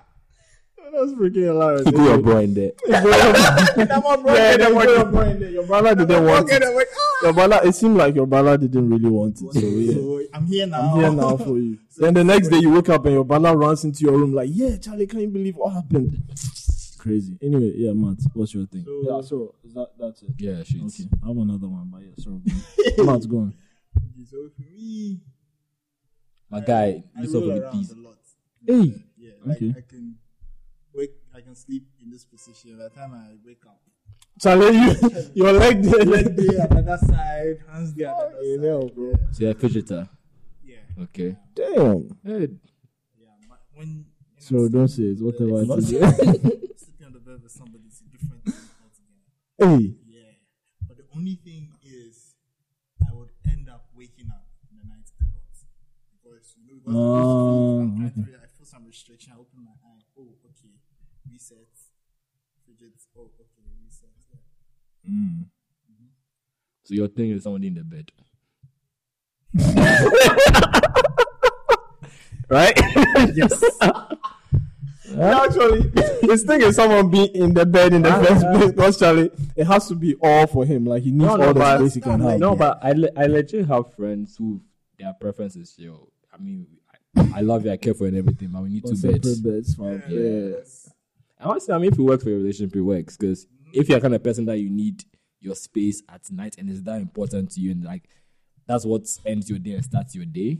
That's freaking hilarious.
You go your bro in there.
And I'm all broken.
Yeah,
I'm
they
all
want
broken.
your brother. Your brother didn't want
Broken,
it.
I'm like, ah.
Your brother, it seemed like your brother didn't really want it. So yeah.
So, I'm here now.
Here now for you. Then the next day you wake up and your brother runs into your room like, yeah, Charlie, can you believe what happened?
Crazy. Anyway, yeah, Matt, what's your thing?
So-
yeah, so is that that's it.
Yeah, sheets.
Okay, I have another one, but yeah, sorry. Matt, go on.
So for me,
My guy,
I
you suffer
roll
with
around
peace.
a lot.
Hey.
Yeah, like
Okay.
I can wake, I can sleep in this position. By the time I wake up,
Charlie, you, your leg
leg
did
day another side, hands day another
You
side.
know, bro.
So you're a fidgeter.
Yeah,
Okay.
Damn.
Hey,
yeah. But when you
So don't say it. Whatever.
It's
It is.
sleeping on the bed with somebody is a different thing altogether.
Hey.
Yeah, but the only thing is, I would end up waking up in the night a lot because you know because
Oh,
I'm trying to
okay.
realize- I feel some restriction. I open my eye. Oh, okay, reset. Fidget. Oh, okay, reset. Yeah.
Mm.
so your thing is somebody in the bed.
Right?
Yes.
Actually, his thing is someone being in the bed in the
Ah,
first place. Because Charlie, it has to be all for him. Like he needs all the space he can have.
No, but I, le- I legit have friends who their preferences, yo. I mean, I, I love you, I care for you and everything, but we need two beds. I want to say, I mean, if it works for your relationship, it works. Because if you're the kind of person that you need your space at night and it's that important to you, and like that's what ends your day and starts your day,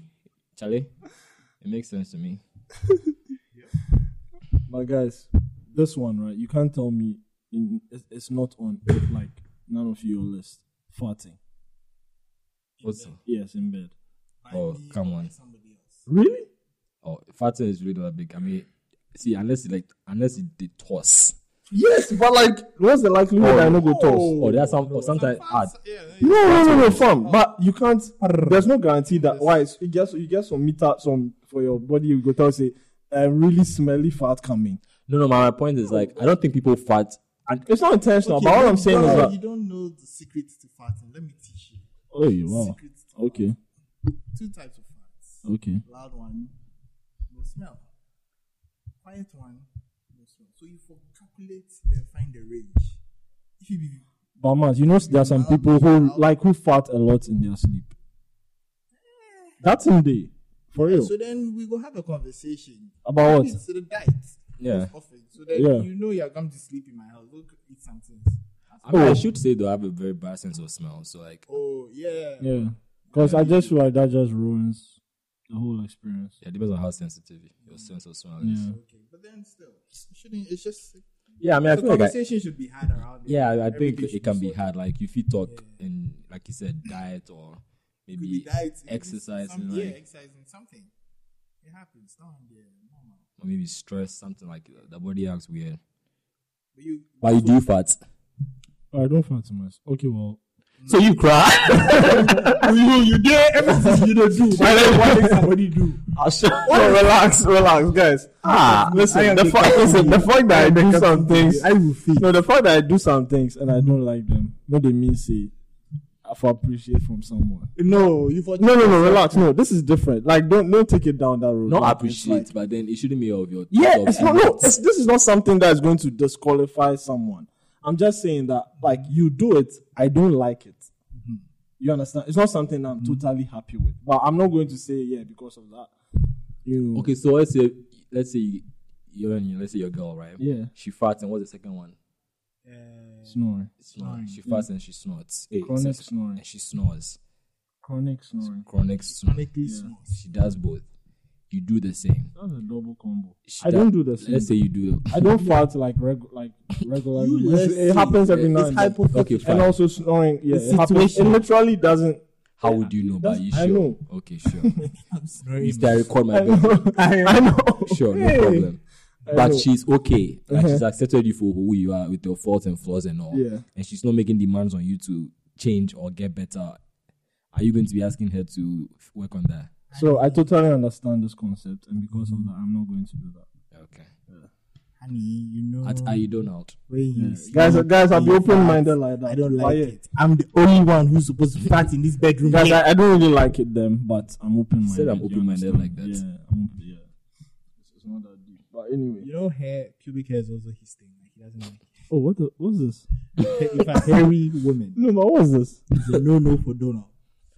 Charlie, it makes sense to me.
But guys, this one right, you can't tell me in, it's, it's not on if, like none of your list. Farting,
What's
yes, in bed.
oh, come on.
Somebody else.
Really?
Oh, farting is really not big. I mean, see, unless you like, unless you did toss.
yes, but like, what's the likelihood that I no go toss?
Oh, that's some. Or sometimes ah,
Yeah,
No, no, no, no, fam. But you can't. There's no guarantee that. Why? it's- You get you get some meter some for your body. You go tell say, a really smelly fart coming.
no, no. My, my point is like, I don't think people fart. And
It's not intentional. but all I'm saying is that.
you don't know the secret to farting. Let me teach you.
Oh, you
The
wow.
secret to
Okay,
farting. Two types of farts.
okay.
Loud one, no smell. Quiet one, no smell. So you for calculate then find the range. If you be
But man, you know there are some people who like who fart a lot in their sleep. That's in day, for real.
So then we go have a conversation.
About what?
It's the diet.
Yeah.
Often. So then
Yeah.
you know you're going to sleep in my house. Go eat something.
I, mean, I should say though, I have a very bad sense of smell. So like,
Oh, yeah.
Yeah, because I just feel like that just ruins the whole experience.
yeah, depends on how sensitive your sense of smell is.
Yeah.
Okay. But then still, it shouldn't, it's just.
Yeah, I mean, I
the
feel like I,
conversation should be had around it.
yeah, I- I
Everything
think it
should
can be
sorted.
hard. Like if you talk in, like you said, diet or
It could be
maybe
diet, it could be
exercise
some-
and
yeah,
like
exercising something. It happens down there, normal.
or maybe stress, something like the body acts weird.
But you,
But you do fart,
I don't fart too much. Okay, well,
so you cry.
you you did everything you did do. Why did somebody do? No, relax, relax, guys. Ah, listen, the fact, listen, the fact that I do some things, I will feel. No, the fact that I do some things and I don't like them, no, they mean say,
if I appreciate from someone,
no, you for
no, no, no, relax. No, this is different. Like, don't don't take it down that road.
Not
Like,
appreciate, but then it shouldn't be of your.
Yeah,
of
it's not.
your-
No, it's, this is not something that is going to disqualify someone. I'm just saying that, like, you do it. I don't like it. You understand? It's not something I'm totally happy with, but I'm not going to say yeah because of that. You
Okay, so let's say let's say you- you're on- let's say your girl, right?
Yeah.
She farts and what's the second one?
snoring,
Snort. She farts and she snorts. Eh,
Chronic
sex-
snoring.
And she snores.
chronic snoring.
Chronic snort.
chronically small.
She does both. You do the same.
That's a double combo.
She
I
do-
don't do the same.
Let's say you do.
I don't fart like regu- like regularly.
You
It's-
lazy.
it happens every
It's
now and then.
Okay, fine.
And also snoring. Yeah, it happens. It
situation.
literally doesn't.
How would you know? But
That's-
you
I
sure?
know.
Okay, sure.
I'm sorry.
If I record my
I
baby,
know. I know.
sure, no
Hey.
problem. But
know. Uh-huh.
she's okay. Like she's accepted you for who you are with your faults and flaws and all.
Yeah.
And she's not making demands on you to change or get better. Are you going to be asking her to f- work on that?
So I totally understand this concept, and because of that, I'm not going to do that.
Okay.
Honey, you know.
At are you Donald?
when you see
Guys,
me
guys, I'll be
fart,
open-minded like that.
I don't
But
like
yeah.
it. I'm the only one who's supposed to fart in this bedroom.
Guys,
here.
I, I don't really like it then, but I'm open minded.
said I'm open-minded like that.
Yeah, I'm, yeah. It's, it's not that deep. But anyway.
you know, hair, pubic hair is also his thing. Like he doesn't like.
Oh, what the, what's this?
it. if a hairy woman,
No, but what's this?
it's a no no for Donald.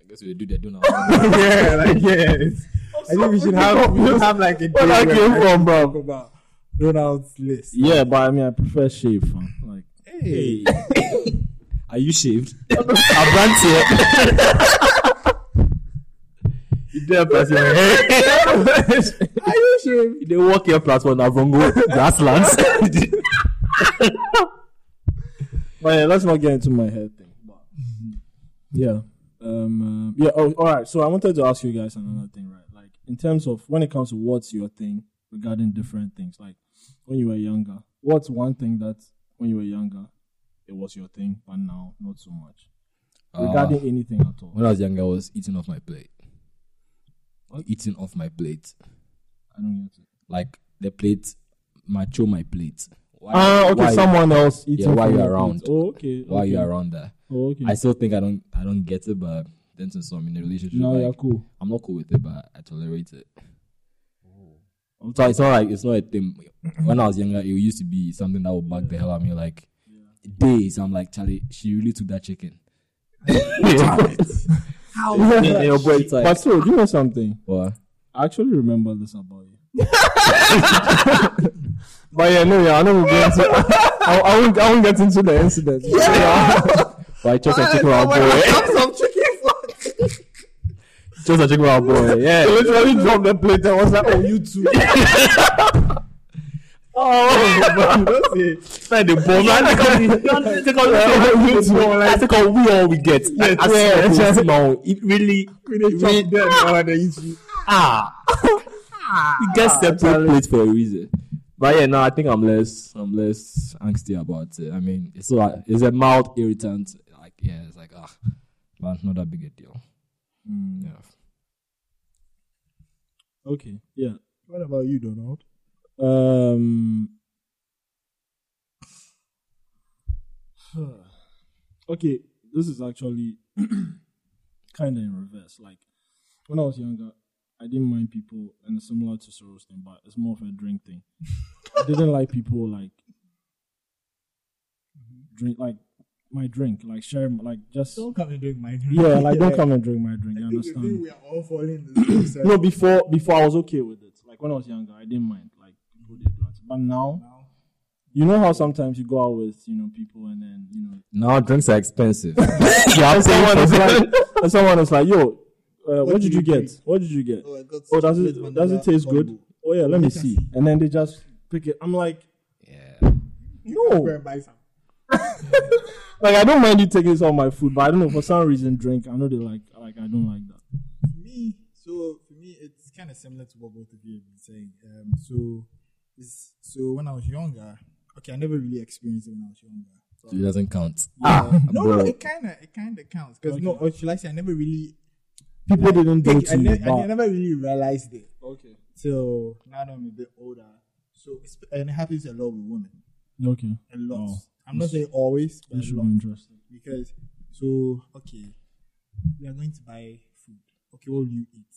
I guess we do the Donald.
yeah, like yes. I think we should have we should have like a day
Where that
where
came
I
from, bro?
talk about Donald's list.
Yeah, but I mean, I prefer shave, fam. Like,
Hey,
are you shaved?
Dear person,
are you shaved?
they walk here plus one Avongo grasslands.
Uh,
but yeah, let's not get into my head thing.
yeah. Um, uh, yeah, oh, all right. So I wanted to ask you guys another thing, right? Like, in terms of when it comes to what's your thing regarding different things, like when you were younger, what's one thing that when you were younger, it was your thing, but now not so much?
Ah.
Regarding anything at all.
when I was younger, I was eating off my plate. Eating off my plate,
I don't get it.
like the plate, macho my plate. Why,
Ah,
Uh,
okay,
why-
someone else eating.
yeah, while
from
you're
your
around,
Oh, okay.
while
okay.
you're around that.
Oh, okay.
I still think I don't, I don't get it, but then since I'm in a relationship,
now
like,
you're cool.
I'm not cool with it, but I tolerate it. I'm sorry, it's not like it's not a thing. When I was younger, it used to be something that would bug the hell out of me. Like days, I'm like, Charlie, she really took that chicken.
Yeah, yeah, but
It's like,
But so, do you know something?
what?
I actually remember this about you.
but yeah, no, yeah, I know we're going to. I, I won't. I won't get into the incident. Yeah.
But I chose a chicken while boy.
some chicken for
Chose a chicken while boy. Yeah.
He literally dropped the plate and was like, "Oh, you too." oh, that's it.
Like the bomb. That's called we all we get. I I swear, just now, it really, really, ah, we get separate plates for a reason. But yeah, no, I think I'm less, I'm less angsty about it. I mean, it's like it's a mild irritant. Like yeah, it's like ah, but it's not that big a deal.
Hmm.
Yeah.
Okay. Yeah.
What about you, Donald?
Um. okay, this is actually kind of in reverse. Like when I was younger, I didn't mind people, and it's similar to Soros thing, but it's more of a drink thing. I didn't like people like
Mm-hmm.
drink like my drink, like share, my- like just
come and drink my drink.
yeah, like don't come and drink my drink. You understand?
We are all falling in this
No, before before I was okay with it. Like when I was younger, I didn't mind. Like people did that. But now, you know how sometimes you go out with you know people and then you know
Now drinks are expensive. you are paying
someone
for
is
that.
like and someone is like, yo, uh, what,
What
did
did
you
you
get?
drink?"
What did you get? Oh, does it does it taste good? Oh yeah, let me see. And then they just pick it. I'm like,
Yeah.
no,
Buy some.
like I don't mind you taking some of my food, but I don't know for some reason drink. I know they like like I don't like that.
For me, so for me, it's kind of similar to what both of you have been saying. Um, so, it's, so when I was younger, okay, I never really experienced it when I was younger. So,
It doesn't count.
Ah.
uh, no, no,
bro.
it kind of it kind of counts because no, or should I say I never really
People didn't do
think-
it
I,
to me.
ne- I
but-
never really realized it
Okay.
till now that I'm a bit older. So it's, and it happens a lot with women,
Okay.
a lot.
Oh.
I'm not saying always, but
That
a
should
lot
be interesting.
because so okay, we are going to buy food. Okay, what will you eat?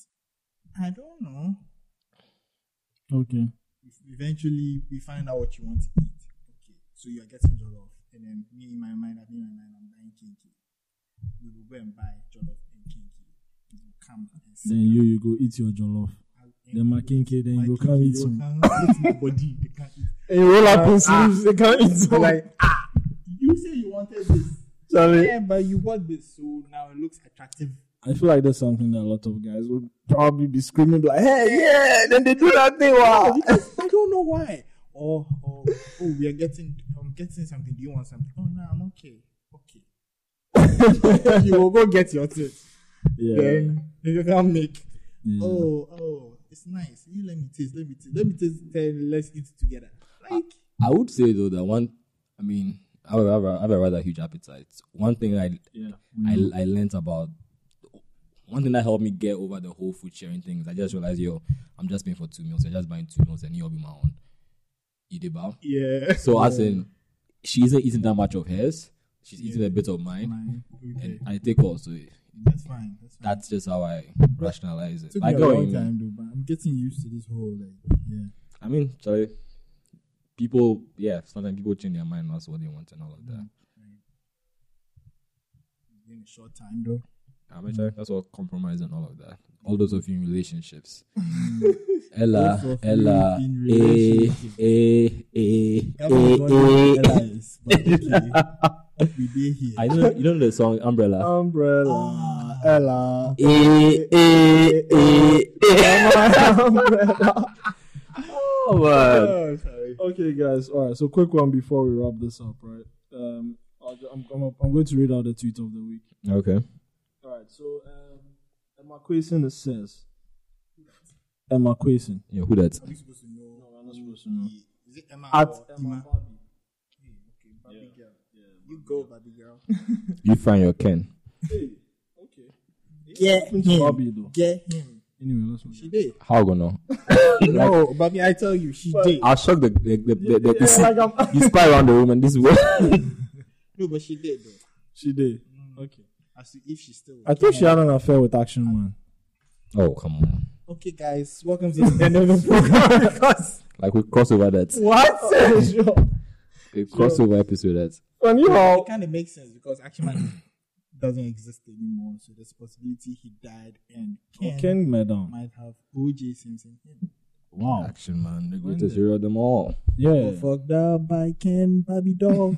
I don't know.
Okay.
eventually we find out what you want to eat. Okay, so you are getting jollof, and then me in my mind, I me in my mind, I'm buying kinky. We will go and buy jollof and kinky. We will come and sit
Then
down.
you you go eat your jollof.
And
Then my kinky, then
my
you go
kinky,
come eat
they
some.
will come eat my body. They can't eat.
And you roll
Ah.
up in sleeves. They can't eat
They're
so
like ah, you say you wanted this.
Charlie.
Yeah, but you bought this, so now it looks attractive.
I feel like that's something that a lot of guys would probably be screaming like, "Hey,
Yeah, then they do that thing. Wow.
Because I don't know why. Or, or oh, we are getting, I'm getting something. Do you want something? Oh no, I'm okay. Okay. you will go get your thing.
yeah,
Then you can make.
yeah.
Oh, oh, it's nice. You let me taste. Let me taste. Let me taste. Then let's eat together. Like
I would say though that one, I mean, I have, I have, a, I have a rather huge appetite. One thing I,
Yeah.
Mm.
I, I learned about, one thing that helped me get over the whole food sharing thing is I just realized, yo, I'm just paying for two meals. I'm just buying two meals and you'll be my own. You did bow.
yeah.
So as in, she isn't eating that much of hers. She's eating a bit of mine,
Fine.
and
Okay.
I take all. So
That's fine. That's fine.
that's just how I rationalize it.
took
I
me a
get what you
long
mean.
time though, but I'm getting used to this whole like yeah.
I mean, sorry. People, yeah, sometimes people change their mind. That's what they want and all of that.
In a short time though.
I mean, that's all compromise and all of that. All those of you in relationships. Ella,
of you
Ella,
in
eh,
relationships.
eh, eh,
That was
eh,
one
eh.
of the allies, but okay. we be here.
I know you know the song Umbrella.
Umbrella.
Ah,
Ella.
Eh, eh, eh, eh. Oh, man.
oh, sorry.
Okay, guys. All right. So, quick one before we wrap this up, right? Um, I'll, ju- I'm, I'm, I'm going to read out the tweet of the week.
Okay.
All right. So, um, Emma Quason says, Emma Quason.
Yeah, who that?
Are we supposed to know?
No, I'm not supposed to know.
Is it Emma
At
or
Emma
Emma?
Barbie.
Okay, Barbie girl. you go, Barbie girl.
You find your Ken.
Hey, okay.
Get
It's Barbie though.
Get him.
Anyway, let's move.
She did.
How gonna?
no, Barbie, I tell you, she did.
I'll shock the the the, the, the,
Yeah, like I'm-
you spy around the room and this way.
No, but she did though.
She did. Okay.
As to if she still.
I thought she had an affair with Action Man.
oh come on.
Okay, guys, welcome to the end of the
Like we cross over that.
What?
We cross over episode that.
When you
It
all
kind of makes sense because Action Man doesn't exist anymore, so there's a possibility he died and Ken,
Ken Madam.
might have OJ Simpson.
Wow.
Action man, the greatest hero of them all.
Yeah.
Fucked up by Ken Baby Doll.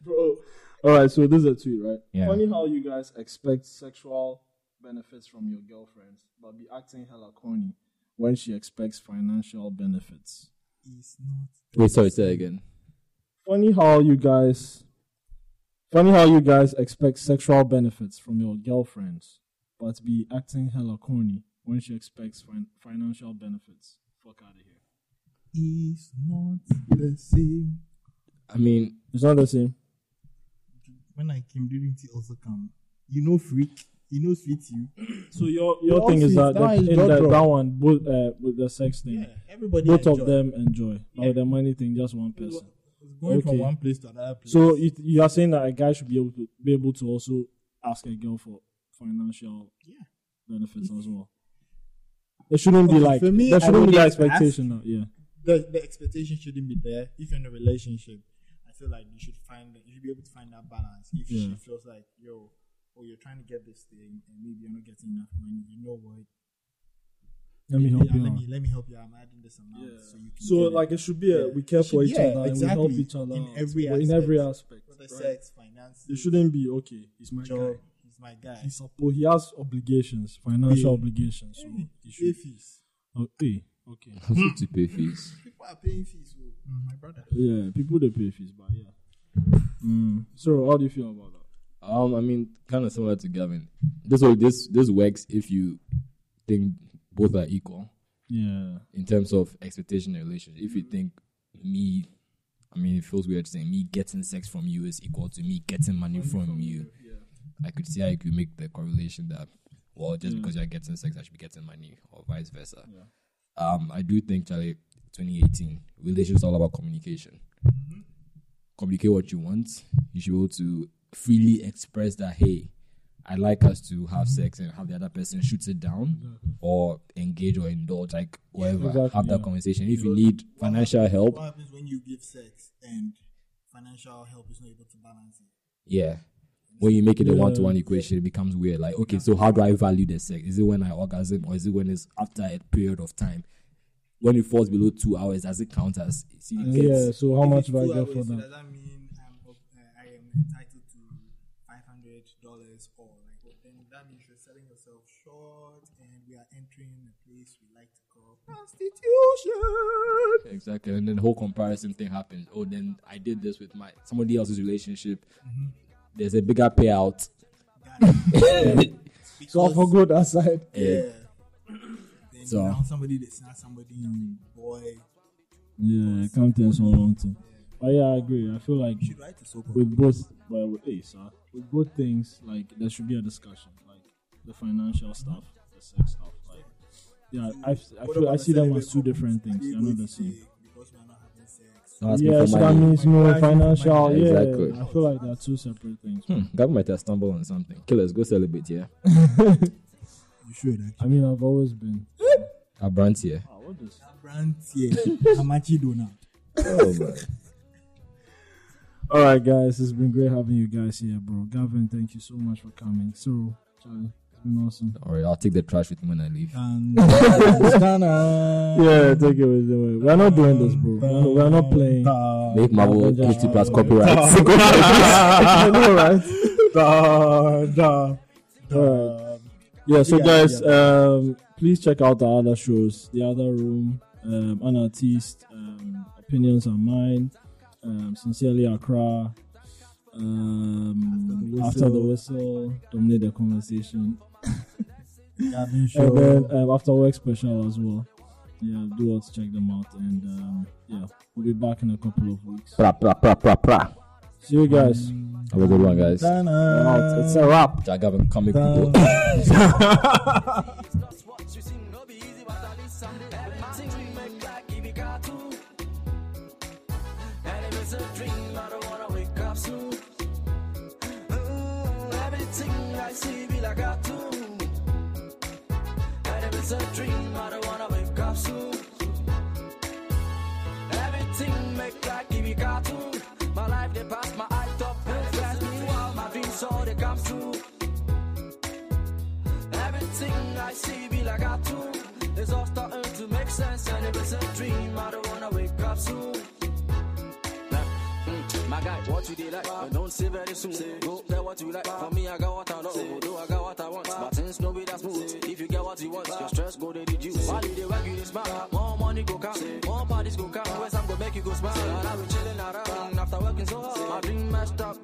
Bro. All right, so this is a tweet, right?
Yeah.
Funny how you guys expect sexual benefits from your girlfriends, but be acting hella corny when she expects financial benefits.
He's not.
Wait, sorry, say that again.
Funny how you guys. Funny how you guys expect sexual benefits from your girlfriends, but be acting hella corny when she expects fin- financial benefits. Fuck out of here.
He's not the same.
I mean,
It's not the same.
When I came, didn't he also come? You know, freak. He knows sweet you.
So your your
Well,
thing is
since
that, the-
that one is
in
jaw
the-
drop.
that one both uh, with the sex thing.
Yeah, everybody.
both of
enjoy.
them enjoy. But with the money thing, just one
It was
person.
Going from
Okay.
one place to another place.
So you, you are saying that a guy should be able to be able to also ask a girl for financial
Yeah.
benefits as well. It shouldn't be
Okay,
like
for me,
there
I
shouldn't be that
wouldn't ask.
expectation. Now. Yeah,
the, the expectation shouldn't be there if you're in a relationship. I feel like you should find you should be able to find that balance. If she
Yeah.
feels like yo, or you're trying to get this thing and maybe you're not getting enough money, you know what?
let me
Maybe,
help
uh,
you
let
out.
me let me help you. out. I'm adding this amount so you can.
So
get it.
like it should be a
Yeah.
we care
It
for
should-
each
yeah,
other and we
exactly.
help each other
In
out.
every
Well, in every aspect.
whether
right?
sex, finance,
It shouldn't be okay. He's my
job.
guy.
He's my guy.
He's suppo- he has obligations, financial
Yeah.
obligations. So
Hey,
he
pay
should.
fees.
Okay. Okay.
I have to pay fees.
People are paying fees. oh,
Mm,
My brother.
Yeah, people they pay fees, but yeah. So how do you feel about that?
Um, I mean, kind of similar to Gavin. This will this this works if you think both are equal
Yeah.
in terms of expectation in a relationship. If you think me, I mean, it feels weird saying me getting sex from you is equal to me getting money from you. I could see how you could make the correlation that well, just because you're getting sex, I should be getting money, or vice versa. Um, I do think, Charlie, 2018 relationships are all about communication. Communicate what you want. You should be able to freely express that. Hey, I'd like us to have sex and have the other person shoot it down, or engage or indulge, like whatever.
exactly,
have that
yeah.
conversation. If you need financial help,
What happens when you give sex and financial help is not able to balance it?
Yeah. When you make it a one to one equation, it becomes weird. Like, okay, so how do I value the sex? Is it when I orgasm or is it when it's after a period of time? When it falls below two hours, does it count as it still gets-
Uh, Yeah, so how
If
much do
it's
I
two
get for
hours, so
that?
Does that mean I'm, up- uh, I am entitled to five hundred dollars or like? Well, then that means you're selling yourself short, and we are entering a place we like to call prostitution.
Exactly. And then the whole comparison thing happens. Oh, then I did this with my somebody else's relationship.
Mm-hmm.
There's a bigger payout.
So I forgot that side.
Yeah. Then
So-
now somebody that's not somebody boy.
Yeah, it can't tell so long too. But Oh, yeah, I agree. I feel like
You should write a soap opera.
with both but with, hey, sir, with both things, like there should be a discussion. Like the financial stuff, the sex stuff. Like yeah, I, I
What
feel I
about
see
the
them as two
celibate
different
couples? Are
things. They're not
they going
the
to
same.
say, Because we are not having sex.
Don't ask me
Yeah,
for
so that
money.
means no financial.
Yeah,
Yeah,
exactly.
I feel like they're two separate things.
Hmm, Gavin might have stumbled on something. Killers, go celebrate, yeah?
You should actually.
I mean, I've always been.
Our brand's here.
Ah, what is?
brand here. Hamachi Donut.
Oh, man.
All right, guys, it's been great having you guys here, bro. Gavin, thank you so much for coming. So, Charlie, it's been awesome.
All right, I'll take the trash with me when I leave.
And
Yeah, take it with the We're not doing this, bro.
Um,
We're not, we're not playing.
Make Marvel
Avengers.
50 plus copyrights.
I know, right? Alright. Yeah, so
Yeah,
guys,
yeah.
um, please check out the other shows, the other room, um, Unartiste, um, opinions are mine, um, sincerely Accra, um,
After the
after the whistle, dominate the conversation,
Gavin
and
Show.
then um, after work special as well. Yeah, do well to check them out, and um, yeah, we'll be back in a couple of weeks.
pra, pra, pra, pra, pra.
See you guys.
Have a good one, guys.
We're out. It's a wrap.
Jack Gavin comic people.
Just what you see, no be easy, but at least I'm Everything we make like if you got to. And if it's a dream, I don't wanna wake up soon. Ooh, everything I see, be like I do. And if it's a dream, I don't wanna wake up soon. Everything make like give me cartoon. My life they pass my eye top and flash me while my dreams all they come true. Everything I see be like a tune. It's all starting to make sense, and if it's a dream, I don't wanna wake up soon. Nah, mm, My guy, what you did like? But don't say very soon. Go get what you like. For me, I got what I know. Though I got what I want, but things no be that smooth. If you get what you want, your stress go they reduce. While you dey work, you dey smile. More money go come, more parties go come. Where some go make you go smile. And I be chilling around after working so hard. My dream messed up, Mm.